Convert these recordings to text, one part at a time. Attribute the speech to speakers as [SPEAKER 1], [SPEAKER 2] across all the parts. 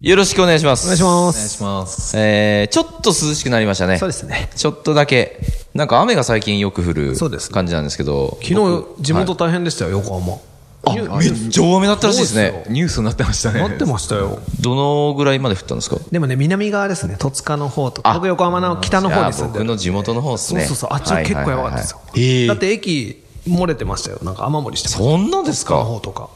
[SPEAKER 1] よろしくお願いします。
[SPEAKER 2] お願いします。
[SPEAKER 3] ます。
[SPEAKER 1] えー、ちょっと涼しくなりましたね。
[SPEAKER 2] そうですね。
[SPEAKER 1] ちょっとだけ。なんか雨が最近よく降る
[SPEAKER 2] そうです
[SPEAKER 1] 感じなんですけど。
[SPEAKER 2] 昨日、地元大変でしたよ、横浜。
[SPEAKER 1] あ、めっちゃ大雨だったらしいですね。
[SPEAKER 3] ニュースになってましたね。
[SPEAKER 2] なってましたよ。
[SPEAKER 1] どのぐらいまで降ったんですか
[SPEAKER 2] でもね、南側ですね、戸塚の方とか、僕横浜の北の
[SPEAKER 1] い
[SPEAKER 2] 方
[SPEAKER 1] や
[SPEAKER 2] に住んで
[SPEAKER 1] 僕の
[SPEAKER 2] る。
[SPEAKER 1] 地元の方です
[SPEAKER 2] そう
[SPEAKER 1] ね。
[SPEAKER 2] そうそう、あっちは結構やばかったですよ
[SPEAKER 1] はいはいはい。
[SPEAKER 2] だって駅、漏れてましたよ。なんか雨漏りしてました。
[SPEAKER 1] そんなですか
[SPEAKER 2] の方とか。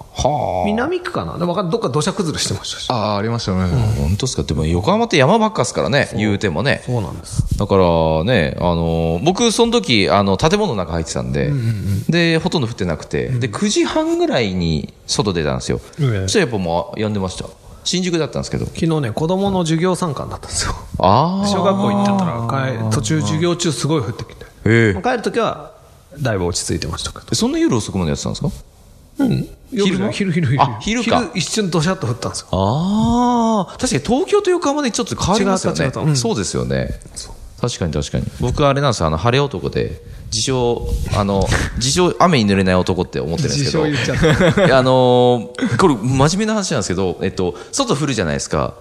[SPEAKER 2] 南区かなでわかんどっか土砂崩れしてましたし。
[SPEAKER 3] ああ、ありましたね。
[SPEAKER 1] 本当ですかでも横浜って山ばっかっすからね、言うてもね。
[SPEAKER 2] そうなんです。
[SPEAKER 1] だからね、あのー僕、その時、あの、建物の中入ってたんで、で、ほとんど降ってなくて、で、9時半ぐらいに外出たんですよ。
[SPEAKER 2] ええ
[SPEAKER 1] そしたらやっぱもう、やんでました。新宿だったんですけど。
[SPEAKER 2] 昨日ね、子供の授業参観だったんですよ。
[SPEAKER 1] ああ。
[SPEAKER 2] 小学校行ってたら、帰途中授業中すごい降ってきて。
[SPEAKER 1] ええ
[SPEAKER 2] 帰るときは、だいぶ落ち着いてましたけど。
[SPEAKER 1] そんな夜遅くまでやってたんですか
[SPEAKER 2] 夜じゃない
[SPEAKER 1] 昼
[SPEAKER 2] 昼
[SPEAKER 1] 間あ
[SPEAKER 2] 昼昼。
[SPEAKER 1] 昼か
[SPEAKER 2] 一瞬ドシャッと降ったんですよ。
[SPEAKER 1] ああ。確かに東京と横浜でちょっと変わりますよね。
[SPEAKER 2] 違うか違うかうん
[SPEAKER 1] そうですよね。確かに確かに。僕あれなんですよ、あの、晴れ男で、自称、あ の、自称雨に濡れない男って思ってるんですけど。
[SPEAKER 2] 自称言っ
[SPEAKER 1] いやあのーこれ真面目な話なんですけど、えっと、外降るじゃないですか。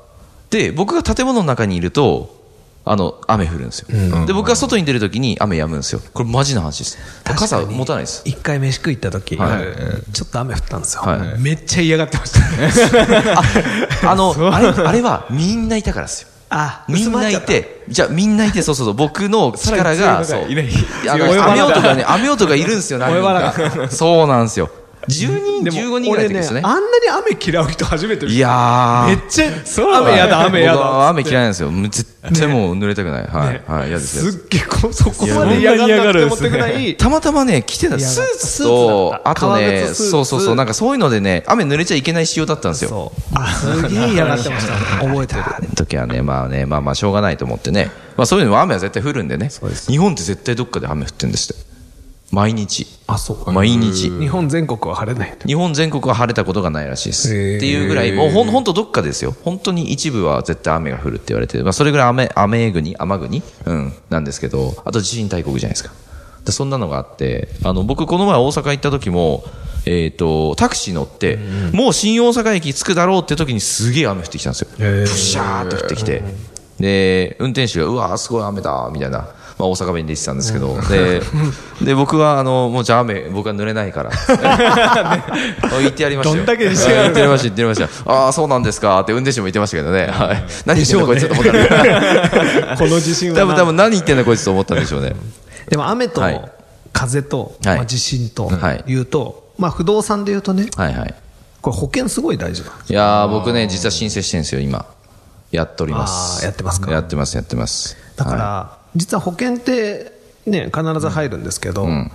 [SPEAKER 1] で、僕が建物の中にいると、あの、雨降るんですよ。で、僕が外に出るときに雨止むんですよ。これマジな話です。傘持たないです。
[SPEAKER 2] 一回飯食い行った時、
[SPEAKER 1] はい
[SPEAKER 2] 夜ちょっと雨降ったんですよ、
[SPEAKER 1] は
[SPEAKER 2] めっちゃ嫌がってました、
[SPEAKER 1] あ の、あれ、あれはみんないたからですよ。
[SPEAKER 2] あ
[SPEAKER 1] みんないて、じゃあみんないて、そうそうそう、僕の力
[SPEAKER 3] さら
[SPEAKER 1] が、
[SPEAKER 3] に
[SPEAKER 1] そ
[SPEAKER 3] 強
[SPEAKER 1] う、
[SPEAKER 3] いのがいない
[SPEAKER 1] あ
[SPEAKER 3] 強い
[SPEAKER 1] の、雨男がね、雨男がいるんですよ、何人
[SPEAKER 2] 追い
[SPEAKER 1] か。そうなんですよ。10人、15人ぐらいの時ですよね
[SPEAKER 2] 俺ねあ。んなに雨嫌う人初めて見た
[SPEAKER 1] いやー。
[SPEAKER 2] めっちゃそう雨やだ雨や
[SPEAKER 1] 僕
[SPEAKER 2] だ
[SPEAKER 1] は雨嫌いなんですよ。もう絶対もう濡れたくない。はい。はい。嫌です嫌です。
[SPEAKER 2] すっげえこそこまで嫌がらなくてもってくらい
[SPEAKER 1] たまたまね、着てた
[SPEAKER 2] や
[SPEAKER 1] スーツ
[SPEAKER 2] スーツだっ
[SPEAKER 1] と、
[SPEAKER 2] た
[SPEAKER 1] あと
[SPEAKER 2] 革
[SPEAKER 1] ね、
[SPEAKER 2] 靴スーツ
[SPEAKER 1] そうそうそう、なんかそういうのでね、雨濡れちゃいけない仕様だったんですよ。
[SPEAKER 2] そうあすげえ嫌がって ました覚えてる
[SPEAKER 1] あの時はね、まあね、まあまあしょうがないと思ってね。まあそういうのも雨は絶対降るんでね。日本って絶対どっかで雨降ってんですって。毎日。
[SPEAKER 2] あそう
[SPEAKER 1] 毎日。
[SPEAKER 2] 日本全国は晴れないんだ
[SPEAKER 1] 日本全国は晴れたことがないらしいです。
[SPEAKER 2] へー
[SPEAKER 1] っていうぐらい、もうほんほんとどっかですよ。本当に一部は絶対雨が降るって言われて、まあそれぐらい雨、雨国、雨国うん、なんですけど、あと地震大国じゃないですか。でそんなのがあって、あの、僕この前大阪行った時も、えっ、と、タクシー乗って、もう新大阪駅着くだろうって時にすげえ雨降ってきたんですよ。
[SPEAKER 2] へー
[SPEAKER 1] プシャーって降ってきて。で、運転手が、うわー、すごい雨だ、みたいな。まあ、大阪弁で言ってたんですけど、で、で、僕は、あの、もうじゃあ雨、僕は濡れ ないから、あ言ってやりましたよ。
[SPEAKER 2] どんだけ
[SPEAKER 1] あ
[SPEAKER 2] 自信あ
[SPEAKER 1] 言
[SPEAKER 2] る
[SPEAKER 1] ってやりました、言ってやりました。ああ、そうなんですかって運転手も言ってましたけどね。はい。何言ってんだこいつと思ったんで
[SPEAKER 2] この地震
[SPEAKER 1] 多分多分何言ってんだこいつと思ったんでしょうね。
[SPEAKER 2] でも雨と
[SPEAKER 1] はい
[SPEAKER 2] 風と、
[SPEAKER 1] はい
[SPEAKER 2] まあ、地震と
[SPEAKER 1] はい
[SPEAKER 2] いうと、まあ、不動産でいうとね
[SPEAKER 1] はいはい。
[SPEAKER 2] これ保険すごい大事なんです
[SPEAKER 1] いやー僕ね、実は申請してるんですよ、今。やっておりま
[SPEAKER 2] あ
[SPEAKER 1] す。
[SPEAKER 2] ーやってますか
[SPEAKER 1] やってます、やってます。
[SPEAKER 2] だから、
[SPEAKER 1] は
[SPEAKER 2] 実は保険って、ね、必ず入るんですけど、
[SPEAKER 1] ん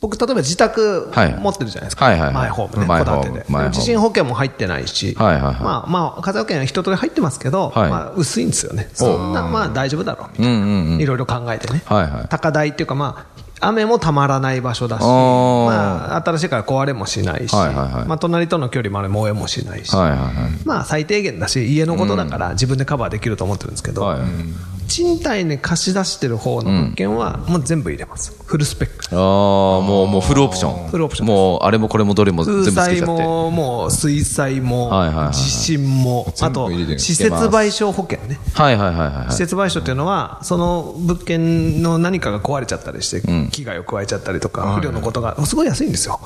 [SPEAKER 2] 僕、例えば自宅
[SPEAKER 1] はい
[SPEAKER 2] 持ってるじゃないですか、
[SPEAKER 1] はいはいはい
[SPEAKER 2] マイホームね、
[SPEAKER 1] マイ
[SPEAKER 2] 戸
[SPEAKER 1] ホーム
[SPEAKER 2] 建てで、
[SPEAKER 1] マイホーム
[SPEAKER 2] 地震保険も入ってないし、
[SPEAKER 1] はいはいはい
[SPEAKER 2] まあまあ、火災保険は一通り入ってますけど、
[SPEAKER 1] はい
[SPEAKER 2] まあ、薄いんですよね、そんなまあ大丈夫だろうみたいな、いろいろ考えてね、
[SPEAKER 1] はいはい
[SPEAKER 2] 高台っていうか、まあ、雨もたまらない場所だし、
[SPEAKER 1] あー
[SPEAKER 2] まあ、新しいから壊れもしないし、
[SPEAKER 1] はいはいはい
[SPEAKER 2] まあ、隣との距離もあれ、燃えもしないし。
[SPEAKER 1] はいはいはい。
[SPEAKER 2] まあ最低限だし家のことだから自分でカバーできると思ってるんですけど、
[SPEAKER 1] はい
[SPEAKER 2] 賃貸に貸し出してる方の物件はもう全部入れます、フルスペッ
[SPEAKER 1] ああ、
[SPEAKER 2] ク
[SPEAKER 1] もう、もうフルオプション。
[SPEAKER 2] フルオプションです
[SPEAKER 1] もう、あれもこれもどれも全部
[SPEAKER 2] 風
[SPEAKER 1] つけちゃって。
[SPEAKER 2] 災ももう水災も、
[SPEAKER 1] はいはいはいはい
[SPEAKER 2] 地震もあ
[SPEAKER 3] 全部
[SPEAKER 2] と
[SPEAKER 3] 入れてる
[SPEAKER 2] 施設賠償保険ね
[SPEAKER 1] はいはいはいはいは
[SPEAKER 2] 施設賠償っていうのはその物件の何かが壊れちゃったりして危害を加えちゃったりとか不良のことがすごい安いんですよ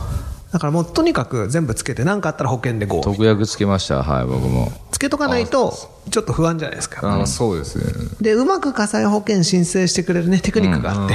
[SPEAKER 2] だからもうとにかく全部つけて何かあったら保険で
[SPEAKER 1] い。
[SPEAKER 2] 5
[SPEAKER 1] 特約つけました、はい、僕も。
[SPEAKER 2] つけとかないとちょっと不安じゃないですか
[SPEAKER 3] あーそうですね。
[SPEAKER 2] でうまく火災保険申請してくれる、ね、テクニックがあって、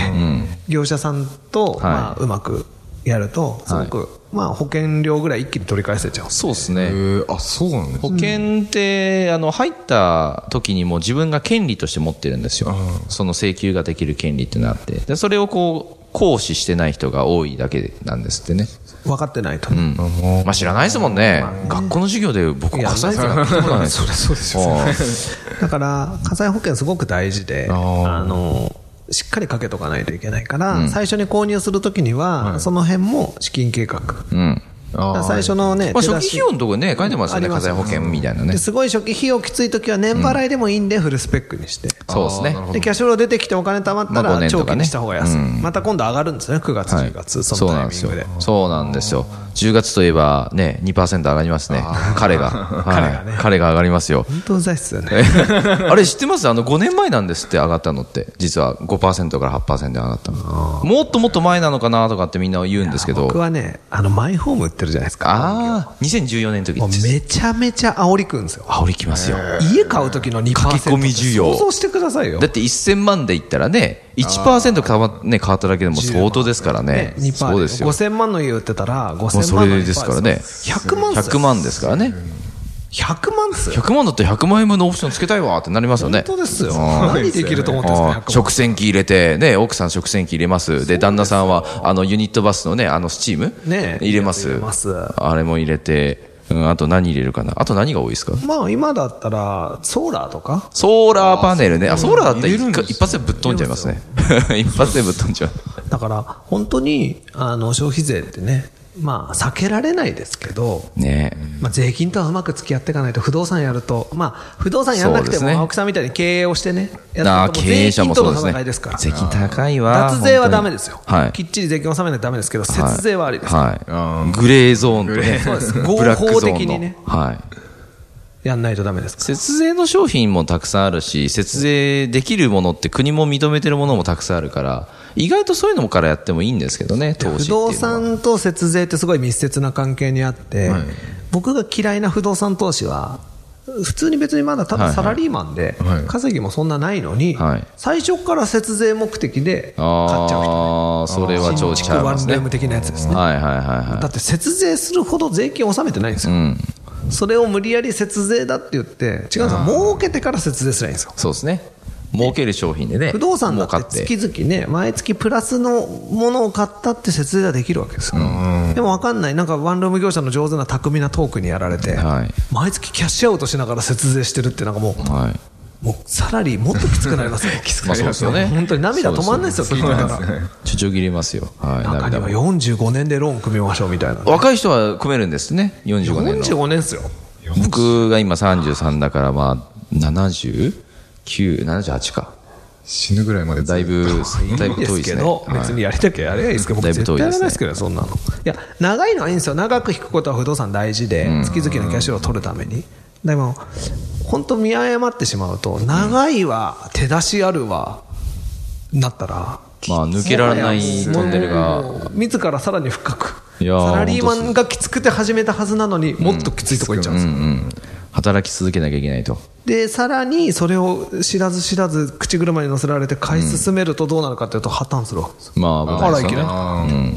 [SPEAKER 2] 業者さんと、まあ、うまくやると、すごく、まあ、保険料ぐらい一気に取り返せちゃうんです
[SPEAKER 1] そうです
[SPEAKER 3] え
[SPEAKER 1] ね。
[SPEAKER 3] ー、あ、そうなんです
[SPEAKER 1] 保険って、あの、入った時にも自分が権利として持ってるんですよ。その請求ができる権利っていうのがあって。で、それをこう、行使してない人が多いだけなんですってね。
[SPEAKER 2] 分かってないと、
[SPEAKER 1] まあ知らないですもんね。学校の授業で僕
[SPEAKER 2] いや
[SPEAKER 1] 火災とか聞いたことないですよ。
[SPEAKER 2] そりゃそうでしょ
[SPEAKER 1] あ
[SPEAKER 2] だから火災保険すごく大事であのしっかりかけとかないといけないから、最初に購入するときには、その辺も資金計画。だか
[SPEAKER 1] うん。
[SPEAKER 3] あ
[SPEAKER 2] ら
[SPEAKER 3] ー
[SPEAKER 2] 最初のね、
[SPEAKER 1] まあ、
[SPEAKER 2] 手
[SPEAKER 1] 初
[SPEAKER 2] 出
[SPEAKER 1] 期
[SPEAKER 2] し
[SPEAKER 1] 費用のところね、書いてますよね、
[SPEAKER 2] あり
[SPEAKER 1] 火
[SPEAKER 2] ます
[SPEAKER 1] 災保険みたいなね
[SPEAKER 2] で。すごい初期費用きついときは年払いでもいいんで、フルスペックにして。
[SPEAKER 1] そうですね
[SPEAKER 3] あーなる。ほど
[SPEAKER 2] でキャッシュフロー出てきてお金貯まった
[SPEAKER 1] まあ五
[SPEAKER 2] ら
[SPEAKER 1] 年と
[SPEAKER 2] 長
[SPEAKER 1] かね
[SPEAKER 2] 期にした方が安い、
[SPEAKER 1] うん
[SPEAKER 2] また今度上がるんですね、9月、
[SPEAKER 1] はい
[SPEAKER 2] 10月、そのタイミングで。
[SPEAKER 1] そうなんですよ。そうなんですよ。10月といえばね、2%上がりますね。彼 が。
[SPEAKER 2] 彼が
[SPEAKER 1] は
[SPEAKER 2] ね
[SPEAKER 1] い。彼が上がりますよ。
[SPEAKER 2] 本当うざいっすよね。
[SPEAKER 1] あれ知ってますあの5年前なんですって上がったのって。実は5%から8%上がったの。もっともっと前なのかなとかってみんな言うんですけど
[SPEAKER 2] 僕。はね、あのマイホーム売ってるじゃないですか、
[SPEAKER 1] ああ、2014年の時
[SPEAKER 2] もう
[SPEAKER 1] です。
[SPEAKER 2] めちゃめちゃ煽りくんですよ、
[SPEAKER 1] 煽りきますよ。
[SPEAKER 2] 家買う時の2%
[SPEAKER 1] 駆け込み需要
[SPEAKER 2] 想像してくださいよ、
[SPEAKER 1] だって1000万で言ったらね、1%変わ,、ね、変わっただけでも相当ですからね。
[SPEAKER 2] 2%
[SPEAKER 1] そうですよ。
[SPEAKER 2] 5000万の家売ってたら、5000万
[SPEAKER 1] まあ、
[SPEAKER 2] の
[SPEAKER 1] それですからね。
[SPEAKER 2] 100万っす
[SPEAKER 1] 100万ですからね。
[SPEAKER 2] 100万っすよ、
[SPEAKER 1] 100万だって100万円分のオプションつけたいわってなりますよね。
[SPEAKER 2] 本当ですよ、
[SPEAKER 1] あー
[SPEAKER 2] 何できると思ってんですか、100
[SPEAKER 1] あ
[SPEAKER 2] 万
[SPEAKER 1] ー食洗機入れて、ね、奥さん食洗機入れます。で、旦那さんは、あの、ユニットバスのね、あの、スチーム
[SPEAKER 2] ね
[SPEAKER 1] 入れます
[SPEAKER 2] 入れます
[SPEAKER 1] あれも入れて、うん、あと何入れるかな。あと何が多いですか
[SPEAKER 2] まあ今だったら、ソーラーとか、
[SPEAKER 1] ソーラーパネルね。あ、ソーラーだったら
[SPEAKER 3] 入れるん
[SPEAKER 1] 一
[SPEAKER 3] ですね
[SPEAKER 1] 一発でぶっ飛んじゃいますね。 一発でぶっ飛んじゃう。
[SPEAKER 2] だから本当にあの消費税ってね、まあ、避けられないですけど、
[SPEAKER 1] ね
[SPEAKER 2] まあ、税金とはうまく付き合っていかないと、不動産やると、まあ、不動産やらなく
[SPEAKER 1] そう
[SPEAKER 2] て
[SPEAKER 1] です
[SPEAKER 2] も、
[SPEAKER 1] ね
[SPEAKER 2] 青木さんみたいに経営をしてね、
[SPEAKER 1] あ
[SPEAKER 2] や
[SPEAKER 1] あ
[SPEAKER 2] って
[SPEAKER 1] ー、
[SPEAKER 2] て
[SPEAKER 1] 経営者もそう
[SPEAKER 2] 税
[SPEAKER 1] ですね
[SPEAKER 2] 金との戦いですから。。
[SPEAKER 1] 税金高いわ。
[SPEAKER 2] 脱税は
[SPEAKER 1] 本当
[SPEAKER 2] ダ
[SPEAKER 1] に
[SPEAKER 2] メですよ、
[SPEAKER 1] はい
[SPEAKER 2] き。っちり税金を納めないとダメですけど、節税はありです、、
[SPEAKER 1] はい
[SPEAKER 3] あ
[SPEAKER 1] グレーゾーンと
[SPEAKER 3] グレー
[SPEAKER 1] ね
[SPEAKER 3] そうです
[SPEAKER 1] ブラックゾーンの
[SPEAKER 2] 合法的にね
[SPEAKER 1] はい。
[SPEAKER 2] やんないとダメですから
[SPEAKER 1] 節税の商品もたくさんあるし、節税できるものって国も認めてるものもたくさんあるから、意外とそういうのからやってもいいんですけどね、投資っ
[SPEAKER 2] 不
[SPEAKER 1] ていうのは
[SPEAKER 2] 動産と節税ってすごい密接な関係にあって、
[SPEAKER 3] はい
[SPEAKER 2] 僕が嫌いな不動産投資は普通に別にまだた
[SPEAKER 1] はい
[SPEAKER 2] だ
[SPEAKER 1] はい
[SPEAKER 2] サラリーマンで、
[SPEAKER 3] はい
[SPEAKER 2] 稼ぎもそんなないのに、
[SPEAKER 1] はい
[SPEAKER 2] 最初から節税目的で買っちゃう
[SPEAKER 1] あ
[SPEAKER 2] 人
[SPEAKER 1] あ、それは超ちゃい
[SPEAKER 2] ワ
[SPEAKER 1] ます
[SPEAKER 2] ンル
[SPEAKER 1] ね。
[SPEAKER 2] ー
[SPEAKER 1] は
[SPEAKER 2] ム
[SPEAKER 1] い
[SPEAKER 2] 的なやつですね、
[SPEAKER 1] はいはいは
[SPEAKER 2] だって節税するほど税金を納めてないんです
[SPEAKER 1] い。う
[SPEAKER 2] よ、
[SPEAKER 1] ん。
[SPEAKER 2] それを無理やり節税だって言って違うんですよ儲けてから節税すればいいんですよ
[SPEAKER 1] そうですね。儲ける商品でね。
[SPEAKER 2] 不動産だ
[SPEAKER 1] 儲か
[SPEAKER 2] っ
[SPEAKER 1] ってて。
[SPEAKER 2] 月々ね、毎月プラスのものを買ったって節税はできるわけですよ。でも分かんない、なんかワンルーム業者の上手な巧みなトークにやられて
[SPEAKER 1] はい、
[SPEAKER 2] 毎月キャッシュアウトしながら節税してるって、なんかも
[SPEAKER 1] はい。
[SPEAKER 2] う、もうサラリーもっときつくなりますよ。きつ
[SPEAKER 1] まあそうですよね。
[SPEAKER 2] 本当に涙止まんないですよ、聞いてたら。
[SPEAKER 1] ちょちょぎれますよ。はい、
[SPEAKER 2] 中に
[SPEAKER 1] 涙
[SPEAKER 2] は
[SPEAKER 1] も。
[SPEAKER 2] 45年でローン組みましょうみたいな。
[SPEAKER 1] 若い人は組めるんですね、45年の。
[SPEAKER 2] 45年ですよ。
[SPEAKER 1] 僕が今33だから、まあ、79、78か。
[SPEAKER 3] 死ぬぐらいまで
[SPEAKER 1] だいぶ、だいぶ遠いで
[SPEAKER 2] で
[SPEAKER 1] すす
[SPEAKER 2] け
[SPEAKER 1] ね。
[SPEAKER 2] ど、
[SPEAKER 1] はい
[SPEAKER 2] 別にやりたきゃやればいいですけど、
[SPEAKER 1] だ
[SPEAKER 2] 僕
[SPEAKER 1] いぶ
[SPEAKER 2] 絶
[SPEAKER 1] 遠
[SPEAKER 2] 対
[SPEAKER 1] い
[SPEAKER 2] や
[SPEAKER 1] ですね
[SPEAKER 2] らないですけど、そんなの。いや、長いのはいいんですよ、長く引くことは不動産大事で、月々のキャッシュを取るために。でも、本当見誤ってしまうと、長いは、手出しあるは、なったら、
[SPEAKER 1] まあ、抜けられないトンネルが、
[SPEAKER 2] もう自らさらに深く、
[SPEAKER 1] いやー
[SPEAKER 2] サラリーマンがきつくて始めたはずなのに、もっときついとこ行っちゃうんですよ。
[SPEAKER 1] うん、働き続けなきゃいけないと。
[SPEAKER 2] でさらにそれを知らず知らず口車に乗せられて買い進めるとどうなるかというと破綻するわけですよ
[SPEAKER 1] まあ、
[SPEAKER 2] あら
[SPEAKER 1] 危ないですよ
[SPEAKER 2] いけ
[SPEAKER 1] ね。
[SPEAKER 3] あー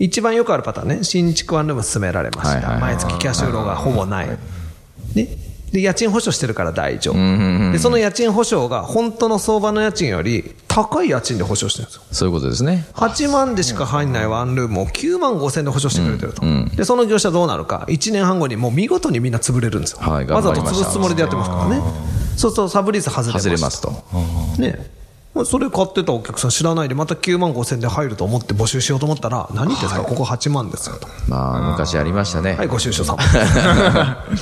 [SPEAKER 2] 一番よくあるパターンね新築ワンルーム勧められました、
[SPEAKER 1] はいはいはい
[SPEAKER 2] 毎月キャッシュフローがほぼない、ね、で家賃保証してるから大丈夫、
[SPEAKER 1] んうんうん
[SPEAKER 2] でその家賃保証が本当の相場の家賃より高い家賃で保証してるんですよ
[SPEAKER 1] そういうことですね。
[SPEAKER 2] 8万でしか入んないワンルームを9万5千で保証してくれてると、
[SPEAKER 1] うんうん
[SPEAKER 2] でその業者どうなるか1年半後にもう見事にみんな潰れるんですよ、
[SPEAKER 1] はい頑張
[SPEAKER 2] わざ
[SPEAKER 1] り
[SPEAKER 2] と
[SPEAKER 1] ました
[SPEAKER 2] 潰すつもりでやってますからねそうするとサブリース外れま
[SPEAKER 1] 外れ
[SPEAKER 2] す
[SPEAKER 1] ますと。
[SPEAKER 2] ねまあそれ買ってたお客さん知らないでまた9万5千で入ると思って募集しようと思ったら何言ってんですか、ここ8万ですよと
[SPEAKER 1] まあ、昔ありましたね。
[SPEAKER 2] はい、ご愁 傷様。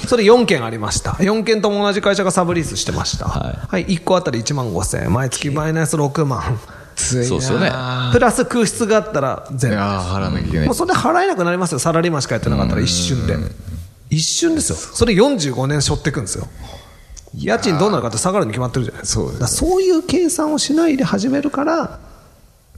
[SPEAKER 2] それ4件ありました。4件とも同じ会社がサブリースしてました。
[SPEAKER 1] は
[SPEAKER 2] はい、1個あたり1万5千円。毎月マイナス6万。
[SPEAKER 3] つい
[SPEAKER 1] そうですよね。
[SPEAKER 2] プラス空室があったら
[SPEAKER 3] い
[SPEAKER 2] 全部。
[SPEAKER 3] やー払わなきゃいけない
[SPEAKER 2] もうそれ払えなくなりますよ。サラリーマンしかやってなかったら一瞬で。一瞬ですよ。それ45年背負っていくんですよ。家賃どうなるかって下がるに決まってるじゃないですか。
[SPEAKER 3] そうですね
[SPEAKER 2] だからそういう計算をしないで始めるから、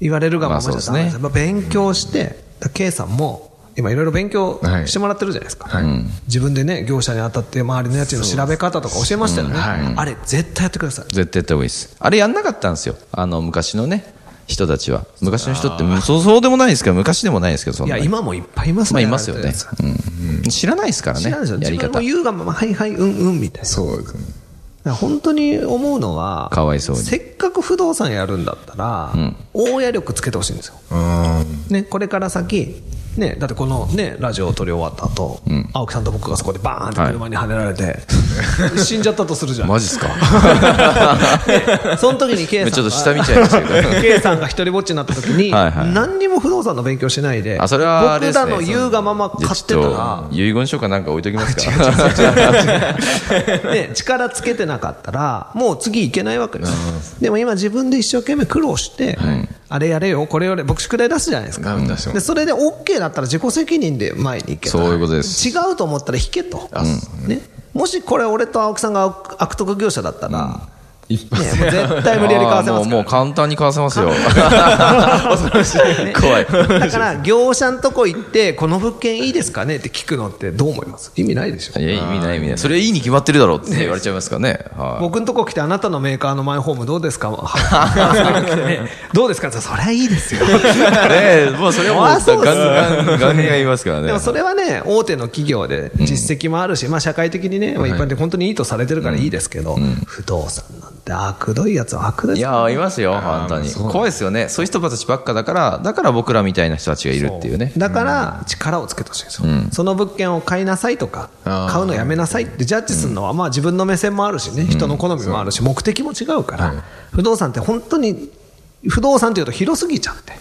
[SPEAKER 2] 言われるがままじゃダメなんですよ
[SPEAKER 1] ま
[SPEAKER 2] やっぱ勉強して、だから計算も、今いろいろ勉強
[SPEAKER 3] はい
[SPEAKER 2] してもらってるじゃないですか。
[SPEAKER 3] はい
[SPEAKER 2] 自分でね、業者に当たって、周りの家賃の調べ方とか教えましたよね、
[SPEAKER 3] そうですうんはい
[SPEAKER 2] あれ、絶対やってください、
[SPEAKER 1] 絶対やった方がいいです。あれやんなかったんですよ。あの、昔のね、人たちは。昔の人って、そうそうでもないですけど、昔でもないですけど、そん
[SPEAKER 2] い
[SPEAKER 1] な
[SPEAKER 2] や、
[SPEAKER 1] に。
[SPEAKER 2] 今もいっぱいいます
[SPEAKER 1] まあ、
[SPEAKER 2] ね、
[SPEAKER 1] いますよ
[SPEAKER 2] やら
[SPEAKER 1] ね
[SPEAKER 2] れてるやつ。
[SPEAKER 1] うん知らないですから
[SPEAKER 2] 知らないですよ、
[SPEAKER 1] ね。やり
[SPEAKER 2] 自分も
[SPEAKER 1] 方。
[SPEAKER 2] 言うがまま、はいはい、うんうんみたいな、だか
[SPEAKER 3] そうですね
[SPEAKER 2] ら本当に思うのは、
[SPEAKER 1] かわいそうに
[SPEAKER 2] せっかく不動産やるんだったら、大家力つけてほしいんですよ、
[SPEAKER 3] うーん
[SPEAKER 2] ね、これから先、ね、だってこのね、ラジオを撮り終わった後、青木さんと僕がそこでバーンって車にはねられて、 死んじゃったとするじゃん。
[SPEAKER 1] マジっすか
[SPEAKER 2] その時に K さんが。
[SPEAKER 1] ちょっと下見ち ゃいましたけど
[SPEAKER 2] K さんが一人ぼっちになった時に、
[SPEAKER 1] はいはい
[SPEAKER 2] 何にも不動産の勉強しないで、
[SPEAKER 1] あ、それはあれ
[SPEAKER 2] 僕
[SPEAKER 1] ですね、
[SPEAKER 2] らの言うがまま買ってた
[SPEAKER 1] じゃあちょ
[SPEAKER 2] ら
[SPEAKER 1] っと、遺言書かなんか置いとき ますか
[SPEAKER 2] ね、力つけてなかったら、もう次いけないわけです。でも今自分で一生懸命苦労して、あれやれよ、これやれ、僕宿題出すじゃないですか。
[SPEAKER 3] なんだしょ
[SPEAKER 2] で、それで OK だったら自己責任で前に行け
[SPEAKER 1] そういうことです
[SPEAKER 2] 違うと思ったら引けと。ね。もしこれ俺と青木さんが悪悪徳業者だったら、
[SPEAKER 3] 一
[SPEAKER 2] ね、もう
[SPEAKER 3] 発
[SPEAKER 2] 絶対無理やり買わせ
[SPEAKER 1] あー
[SPEAKER 2] ま
[SPEAKER 1] も
[SPEAKER 2] す
[SPEAKER 1] う
[SPEAKER 2] か
[SPEAKER 1] も
[SPEAKER 2] ら
[SPEAKER 1] う簡単に買わせます よ。
[SPEAKER 2] ね
[SPEAKER 1] 怖い。
[SPEAKER 2] だから業者のとこ行ってこの物件いいですかねって聞くのってどう思います意味ないでしょ
[SPEAKER 1] いや、意味ない意味ない。それいいに決まってるだろうって言われちゃいますからね。はい。
[SPEAKER 2] 僕のとこ来てあなたのメーカーのマイホームどうですか ねどうですかって言ったらそりゃい いですよ
[SPEAKER 1] ねえ、もうそれは
[SPEAKER 2] あ
[SPEAKER 1] もう
[SPEAKER 2] そう
[SPEAKER 1] ガ
[SPEAKER 2] です
[SPEAKER 1] ンガン、ガンガン言いますからね。
[SPEAKER 2] でもそれはね大手の企業で実績もあるし、まあ、社会的にね、まあ、一般で本当にいいとされてるからいいですけど、不動産なんて悪どいやつは悪です
[SPEAKER 1] い
[SPEAKER 2] よ
[SPEAKER 1] やー、いますよ、本当
[SPEAKER 3] ま
[SPEAKER 1] に。
[SPEAKER 3] あそうだ
[SPEAKER 1] 怖いですよね。そういう人たちばっかだから、だから僕らみたいな人たちがいるっていうね。
[SPEAKER 2] だから力をつけてほしいんですよ、その物件を買いなさいとか、
[SPEAKER 3] あー
[SPEAKER 2] 買うのやめなさいってジャッジするのは、まあ、自分の目線もあるしね、人の好みもあるし、目的も違うから、不動産って本当に、不動産というと広すぎちゃって、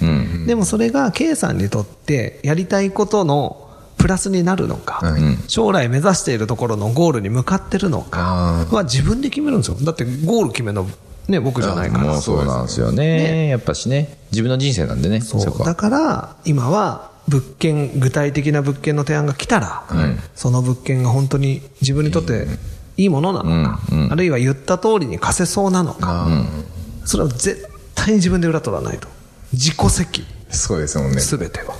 [SPEAKER 2] でもそれが K さんにとって、やりたいことのプラスになるのか、
[SPEAKER 3] うん
[SPEAKER 2] 将来目指しているところのゴールに向かってるのか
[SPEAKER 3] あ
[SPEAKER 2] は自分で決めるんですよ、だってゴール決めるの、ね、僕じゃないから。
[SPEAKER 1] もうそうなんですよね。やっぱしね。自分の人生なんでね。そ
[SPEAKER 2] そう
[SPEAKER 1] こは
[SPEAKER 2] だから今は物件具体的な物件の提案が来たら、その物件が本当に自分にとっていいものなのか、あるいは言った通りに貸せそうなのか、それは絶対に自分で裏取らないと自己責
[SPEAKER 3] そうですもんね。
[SPEAKER 2] 全ては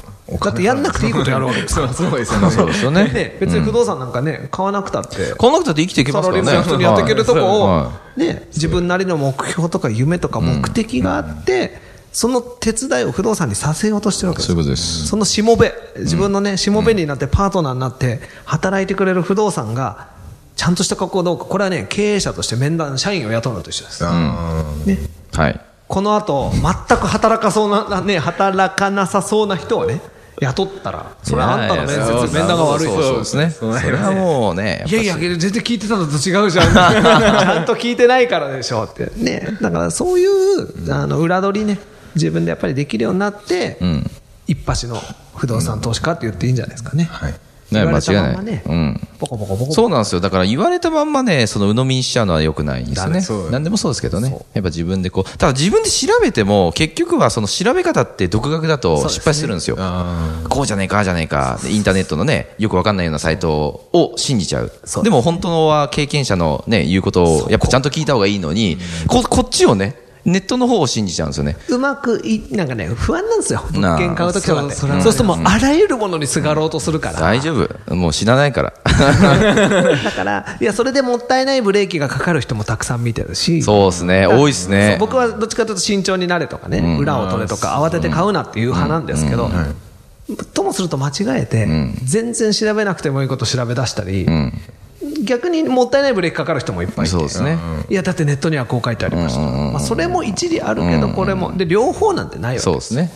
[SPEAKER 2] だってやんなくていいことやるわけですから
[SPEAKER 3] そうですよね。
[SPEAKER 1] そうですよね。
[SPEAKER 2] ね、別に不動産なんかね買わなくたって
[SPEAKER 1] こんなことで生きていけ
[SPEAKER 2] サ
[SPEAKER 1] ます
[SPEAKER 2] ラ
[SPEAKER 1] か
[SPEAKER 2] リ
[SPEAKER 1] らね。
[SPEAKER 2] ーマン一人でやっていけるとこ
[SPEAKER 1] は
[SPEAKER 2] を
[SPEAKER 1] いはい、
[SPEAKER 2] ね、自分なりの目標とか夢とか目的があって、その手伝いを不動産にさせようとしてるわけです
[SPEAKER 1] そういうことです
[SPEAKER 2] そのしもべ、自分のね、しもべになってパートナーになって、働いてくれる不動産が、ちゃんとした格好どうか、これはね、経営者として面談、社員を雇うのと一緒です。
[SPEAKER 3] あ
[SPEAKER 2] ね。
[SPEAKER 1] はい。
[SPEAKER 2] この後、全く働かそうな、ね、働かなさそうな人をね、雇ったら、それはあんたの
[SPEAKER 1] いや
[SPEAKER 2] 面
[SPEAKER 1] いや
[SPEAKER 2] 接、面談が悪い
[SPEAKER 1] そうそうですね。それはもうね。
[SPEAKER 2] いやいや、全然聞いてたのと違うじゃん。ちゃんと聞いてないからでしょって。ね。だからそういう、あの、裏取りね、自分でやっぱりできるようになって、一発の不動産投資家って言っていいんじゃないですかね。
[SPEAKER 3] あ。はい。
[SPEAKER 1] ね
[SPEAKER 2] 言われ
[SPEAKER 1] 間
[SPEAKER 2] た
[SPEAKER 1] 違い
[SPEAKER 2] ま
[SPEAKER 1] ない
[SPEAKER 2] んまね、
[SPEAKER 1] うん
[SPEAKER 2] ボコボコボコボコ
[SPEAKER 1] そうなんですよ。だから言われたまんまね、その鵜呑みにしちゃうのは良くないです
[SPEAKER 3] ダ
[SPEAKER 1] ね
[SPEAKER 3] メそう。
[SPEAKER 1] 何でもそうですけどね。やっぱ自分でこう。ただ自分で調べても、結局はその調べ方って独学だと失敗するんですよ。
[SPEAKER 3] あ
[SPEAKER 1] こうじゃねえか、ああじゃねえか。でインターネットのね、よくわかんないようなサイトを信じちゃう。でも本当は経験者のね、言うことを、やっぱちゃんと聞いた方がいいのに、ここっちをね、ネットの方を信じちゃうんですよね。
[SPEAKER 2] うまくい、なんかね、不安なんですよ。物件買うときとかって。そ
[SPEAKER 3] そううそれは
[SPEAKER 2] するともうあらゆるものにすがろうとするから。
[SPEAKER 1] 大丈夫。もう死なないから。
[SPEAKER 2] だから、いや、それでもったいないブレーキがかかる人もたくさん見てるし。
[SPEAKER 1] そうですね。多いです
[SPEAKER 2] そ
[SPEAKER 1] ね
[SPEAKER 2] う。僕はどっちかというと慎重になれとかね、裏を取れとか、慌てて買うなっていう派なんですけど、ともすると間違えて、全然調べなくてもいいこと調べ出したり、逆にもったいないブレーキかかる人もいっぱいいて
[SPEAKER 1] そうですね。
[SPEAKER 2] いや、だってネットにはこう書いてありました、まあ、それも一理あるけど、これも、で両方なんてないわけ
[SPEAKER 1] そう
[SPEAKER 2] で。
[SPEAKER 1] ですすね。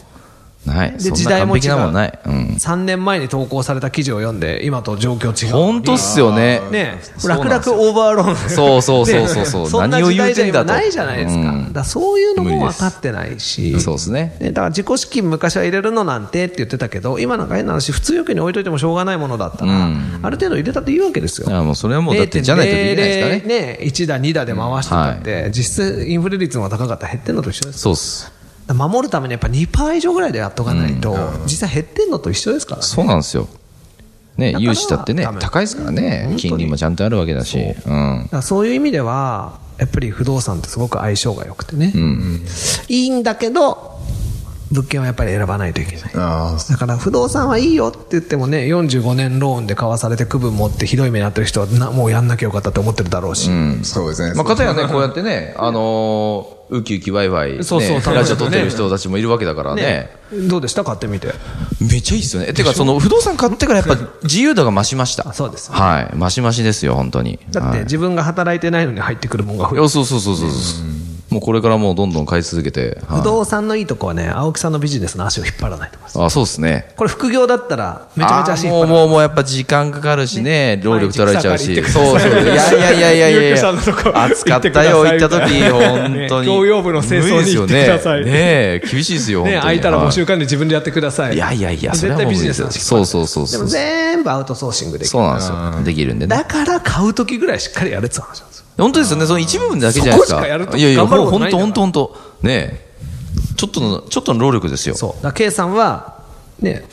[SPEAKER 1] はい。
[SPEAKER 2] で
[SPEAKER 1] そんな
[SPEAKER 2] 時代も違
[SPEAKER 1] 完
[SPEAKER 2] う
[SPEAKER 1] 璧なもんない。うん。
[SPEAKER 2] 3年前に投稿された記事を読んで、今と状況違う。
[SPEAKER 1] 本当っすよね。
[SPEAKER 2] ね、
[SPEAKER 1] そうなん
[SPEAKER 2] 楽
[SPEAKER 1] ですよ
[SPEAKER 2] 々オーバーローン
[SPEAKER 1] そうそうそうそうそう
[SPEAKER 2] ねそんな
[SPEAKER 1] 何を
[SPEAKER 2] 時
[SPEAKER 1] 言
[SPEAKER 2] 代
[SPEAKER 1] う
[SPEAKER 2] じゃ
[SPEAKER 1] てんだ
[SPEAKER 2] 今
[SPEAKER 1] と
[SPEAKER 2] ないじゃないですか,、
[SPEAKER 1] うん
[SPEAKER 2] だからそういうの
[SPEAKER 1] 無理
[SPEAKER 2] も
[SPEAKER 1] で
[SPEAKER 2] 分
[SPEAKER 1] す
[SPEAKER 2] かってないし
[SPEAKER 1] そうですね。
[SPEAKER 2] ね、だから自己資金昔は入れるのなんてって言ってたけど今なんか変な話普通預金に置いといてもしょうがないものだったら、ある程度入れたっていいわけですよ
[SPEAKER 1] いやもうそれはもうだってじゃないとできないですからね。
[SPEAKER 2] ね1打2打で回してたって、実質インフレ率の方が高かったら減ってんのと一緒です
[SPEAKER 1] そうっす。
[SPEAKER 2] だから守るためにやっぱ2%以上ぐらいでやっとかないと、実際減ってんのと一緒ですからね
[SPEAKER 1] そうなんですよ。ね、
[SPEAKER 2] から
[SPEAKER 1] 融資だってね
[SPEAKER 2] ダメ、
[SPEAKER 1] 高いですからね。金利もちゃんとあるわけだし。うん
[SPEAKER 2] だ。からそういう意味ではやっぱり不動産ってすごく相性が良くてね、いいんだけど物件はやっぱり選ばないといけない
[SPEAKER 3] ああ、そ
[SPEAKER 2] だから不動産はいいよって言ってもね45年ローンで買わされて区分持ってひどい目になってる人はなもうやんなきゃよかったって思ってるだろうし、
[SPEAKER 3] うそうですね。
[SPEAKER 1] まあ、かたやね、こうやってね、あのー、ウキウキワイワイ、ね
[SPEAKER 2] そうそう
[SPEAKER 1] ラジオ撮ってる人たちもいるわけだからね
[SPEAKER 2] ね。どうでした買ってみて
[SPEAKER 1] めっちゃいいっすよね。てか、その、不動産買ってからやっぱ自由度が増しました。
[SPEAKER 2] そうです
[SPEAKER 1] はい。増し増しですよ、本当に。
[SPEAKER 2] だっ
[SPEAKER 1] はい
[SPEAKER 2] て自分が働いてないのに入ってくるもんが増え
[SPEAKER 1] い
[SPEAKER 2] る
[SPEAKER 1] や、そうそうそうそうそう。もうこれからもうどんどん買い続けて、はい
[SPEAKER 2] 不動産のいいとこはね、青木さんのビジネスの足を引っ張らないと思います。
[SPEAKER 1] あそうですね
[SPEAKER 2] これ副業だったら、めちゃめちゃ足引っ張
[SPEAKER 1] あー
[SPEAKER 2] らない。
[SPEAKER 1] もう、もう、もうやっぱ時間かかるしね、労力取られちゃうし。
[SPEAKER 4] 毎日
[SPEAKER 1] そうそう。いやいやいやいやいやい
[SPEAKER 4] ゆうき
[SPEAKER 1] や
[SPEAKER 4] さんのとこ
[SPEAKER 1] 暑かったよ、行
[SPEAKER 4] 行
[SPEAKER 1] っ
[SPEAKER 4] ったてください
[SPEAKER 1] 時、本当に。
[SPEAKER 4] ね共用部の清掃に
[SPEAKER 1] 無理ですよね
[SPEAKER 4] 行ってください
[SPEAKER 1] ねえ、厳しいですよ、本当
[SPEAKER 4] ね、
[SPEAKER 1] に。
[SPEAKER 4] 空いたら募集
[SPEAKER 1] は
[SPEAKER 4] 管理自分でやってくださ
[SPEAKER 1] い
[SPEAKER 4] い。
[SPEAKER 1] いやいやいや、それ
[SPEAKER 4] 絶対
[SPEAKER 1] はもう無
[SPEAKER 4] ビ
[SPEAKER 1] 理
[SPEAKER 4] ジネ
[SPEAKER 1] で
[SPEAKER 4] ス
[SPEAKER 1] す
[SPEAKER 4] なん
[SPEAKER 1] よ。
[SPEAKER 4] ですよ
[SPEAKER 1] そうそうそう
[SPEAKER 2] で
[SPEAKER 1] そ
[SPEAKER 2] も
[SPEAKER 1] う。
[SPEAKER 2] 全部アウトソーシングでき
[SPEAKER 1] そう
[SPEAKER 2] る。
[SPEAKER 1] なんですよ。できるんでね
[SPEAKER 2] だ。から買う時ぐらいしっかりやれって話なんですよ。
[SPEAKER 1] 本当ですよね、その一部分だけじゃないです
[SPEAKER 4] そ
[SPEAKER 1] か。
[SPEAKER 4] こしかやると
[SPEAKER 1] いやいや、
[SPEAKER 4] 頑張る
[SPEAKER 1] ほん
[SPEAKER 4] ことな
[SPEAKER 1] 本
[SPEAKER 4] いんだ
[SPEAKER 1] 当
[SPEAKER 4] から
[SPEAKER 1] 本当本当。ねえ。ちょっとの、ちょっとの労力ですよ。
[SPEAKER 2] そう。だから、K さんは、ね、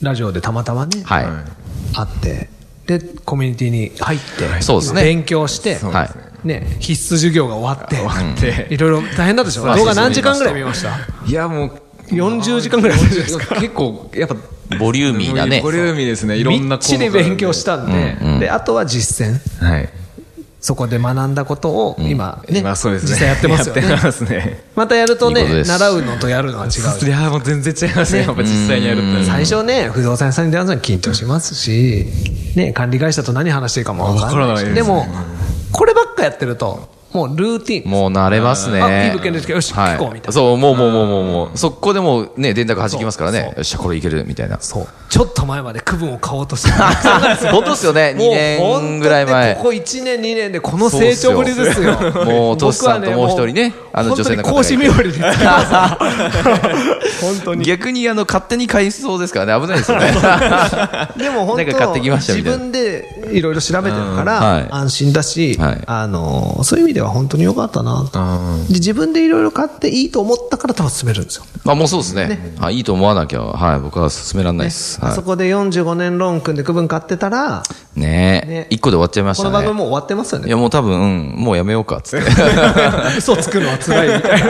[SPEAKER 2] ラジオでたまたまね、
[SPEAKER 1] はい。
[SPEAKER 2] 会って、で、コミュニティに入って、
[SPEAKER 1] そうですね
[SPEAKER 2] 勉強して、
[SPEAKER 3] そう
[SPEAKER 1] はい。
[SPEAKER 2] ね、必須授業が終わって、
[SPEAKER 4] で
[SPEAKER 2] いろいろ大変だったでしょ
[SPEAKER 1] まあ
[SPEAKER 2] 動画何時間ぐらい見ました
[SPEAKER 3] いや、もう、
[SPEAKER 2] ?40 時間ぐらい見ました
[SPEAKER 3] 結構、やっぱ、
[SPEAKER 1] ボリューミーなね。
[SPEAKER 3] ボリューミーですね。いろん
[SPEAKER 2] み
[SPEAKER 3] な。
[SPEAKER 2] っちり勉強したたんで、
[SPEAKER 1] うんうん
[SPEAKER 2] で、あとは実践。
[SPEAKER 3] はい。
[SPEAKER 2] そこで学んだことを今、ね
[SPEAKER 3] 今そうですね。
[SPEAKER 2] 実際やってますよね。
[SPEAKER 3] やってますね。
[SPEAKER 2] またやると
[SPEAKER 1] いいこと
[SPEAKER 2] ね、
[SPEAKER 1] です
[SPEAKER 2] 習うのとやるのは違うじゃん
[SPEAKER 3] いや、もう全然違いますね。やっぱ実際にやると。
[SPEAKER 2] 最初ね、不動産屋さんに出会うのは緊張しますし、ね、管理会社と何話していいかもわからないし。
[SPEAKER 3] わからない
[SPEAKER 2] で
[SPEAKER 3] ですね
[SPEAKER 2] も、こればっかやってると、もうルーティン。
[SPEAKER 1] もう慣れますね。
[SPEAKER 2] あいい物件ですけどよし
[SPEAKER 1] はい
[SPEAKER 2] 聞こうみたいな
[SPEAKER 1] そう、もうもうもうもうもう、速攻でもうね、電卓弾きますからね。よっしゃ、これいける、みたいな。
[SPEAKER 2] そう。ちょっと前まで区分を買おうとして
[SPEAKER 1] 本当っすよね、2年ぐらい前
[SPEAKER 2] もう本当ねここ1年、2年でこの成長ぶりですよ。
[SPEAKER 1] もう、トシさんともう一人ね、あの女性の方がいて。
[SPEAKER 2] りです。
[SPEAKER 4] 本当に。
[SPEAKER 1] 逆に、あの、勝手に買いそうですからね、危ないですよね。
[SPEAKER 2] でも
[SPEAKER 1] なん
[SPEAKER 2] 本
[SPEAKER 1] か買って
[SPEAKER 2] 当
[SPEAKER 1] きました
[SPEAKER 2] 自
[SPEAKER 1] みたいな
[SPEAKER 2] 分でいろいろ調べてるか
[SPEAKER 1] はい
[SPEAKER 2] ら安心だし、
[SPEAKER 1] はい
[SPEAKER 2] あのそういう意味では本当に良かったなと
[SPEAKER 3] あ
[SPEAKER 2] で自分でいろいろ買っていいと思ったから多分進めるんですよ、
[SPEAKER 1] まあ、もうそうですね。はい、いいと思わなきゃ、はい、僕は進められないです。
[SPEAKER 2] あそ
[SPEAKER 1] は
[SPEAKER 2] こで45年ローン組んで区分買ってたら、
[SPEAKER 1] い。ね
[SPEAKER 2] ね
[SPEAKER 1] え、1個で終わっちゃいまし
[SPEAKER 2] こ
[SPEAKER 1] た
[SPEAKER 2] の番組
[SPEAKER 1] ね。
[SPEAKER 2] もう終わってますよ
[SPEAKER 1] い
[SPEAKER 2] ね
[SPEAKER 1] や、もう多分、うんもうやめようか、つって。
[SPEAKER 2] 嘘つくのは辛いみたい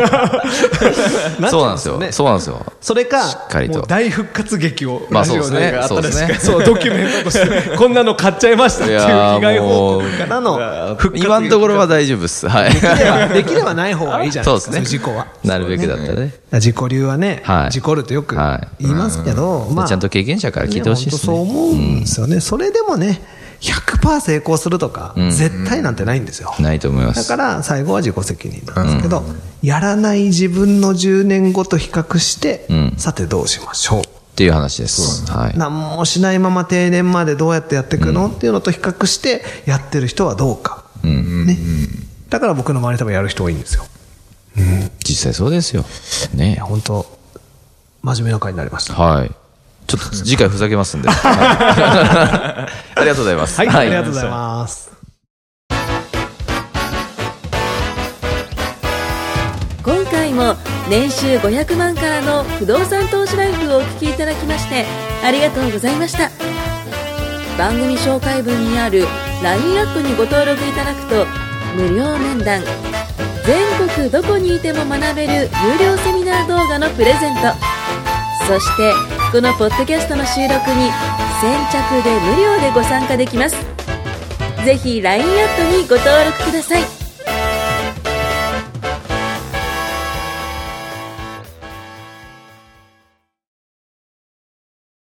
[SPEAKER 2] な
[SPEAKER 1] そうなんですよ。
[SPEAKER 2] ね
[SPEAKER 1] そうなんですよ。
[SPEAKER 2] それ
[SPEAKER 1] しっ
[SPEAKER 2] か
[SPEAKER 1] かり
[SPEAKER 4] もう
[SPEAKER 1] と。
[SPEAKER 4] 大復活劇を、
[SPEAKER 1] まあそうです
[SPEAKER 4] ラ
[SPEAKER 1] ね
[SPEAKER 4] ジオがあったんですけど
[SPEAKER 1] そ
[SPEAKER 4] そう、ドキュメントとして、こんなの買っちゃいましたっていう被害報告
[SPEAKER 2] からの
[SPEAKER 4] 復活
[SPEAKER 1] 今のところは大丈夫です。はい。
[SPEAKER 2] できればできればない方がいいじゃない
[SPEAKER 1] そう
[SPEAKER 2] で
[SPEAKER 1] ですす
[SPEAKER 2] か
[SPEAKER 1] ね。
[SPEAKER 2] そういう事故は。
[SPEAKER 1] なるべくだったらね。
[SPEAKER 2] 自己流はね、
[SPEAKER 1] はい
[SPEAKER 2] 事故るとよく
[SPEAKER 1] はい
[SPEAKER 2] 言いますけど、まあ、
[SPEAKER 1] ちゃんと経験者から聞いてほしいです
[SPEAKER 2] ね
[SPEAKER 1] ね。
[SPEAKER 2] 本当そう思うんですよね、それでもね100%成功するとか、絶対なんてないんですよ、
[SPEAKER 1] ないと思いま
[SPEAKER 2] だ
[SPEAKER 1] す。
[SPEAKER 2] から最後は自己責任なんですけど、やらない自分の10年後と比較して、
[SPEAKER 1] うん
[SPEAKER 2] さてどうしましょう
[SPEAKER 1] っていう話です。はい。
[SPEAKER 2] 何もしないまま定年までどうやってやっていくの、っていうのと比較してやってる人はどうか、ね、だから僕の周り多分やる人多いんですよ
[SPEAKER 1] 実際そうですよ。ね
[SPEAKER 2] いや。本当真面目な会になりました
[SPEAKER 1] はい。ちょっと次回ふざけますん で。 はいありがとうございます。
[SPEAKER 2] はい、ありがとうございます
[SPEAKER 5] 今回も年収500万からの不動産投資ライフをお聞きいただきましてありがとうございました番組紹介文にある LINE アップにご登録いただくと無料面談全国どこにいても学べる有料セミナー動画のプレゼントそしてこのポッドキャストの収録に先着で無料でご参加できますぜひ LINE アットにご登録ください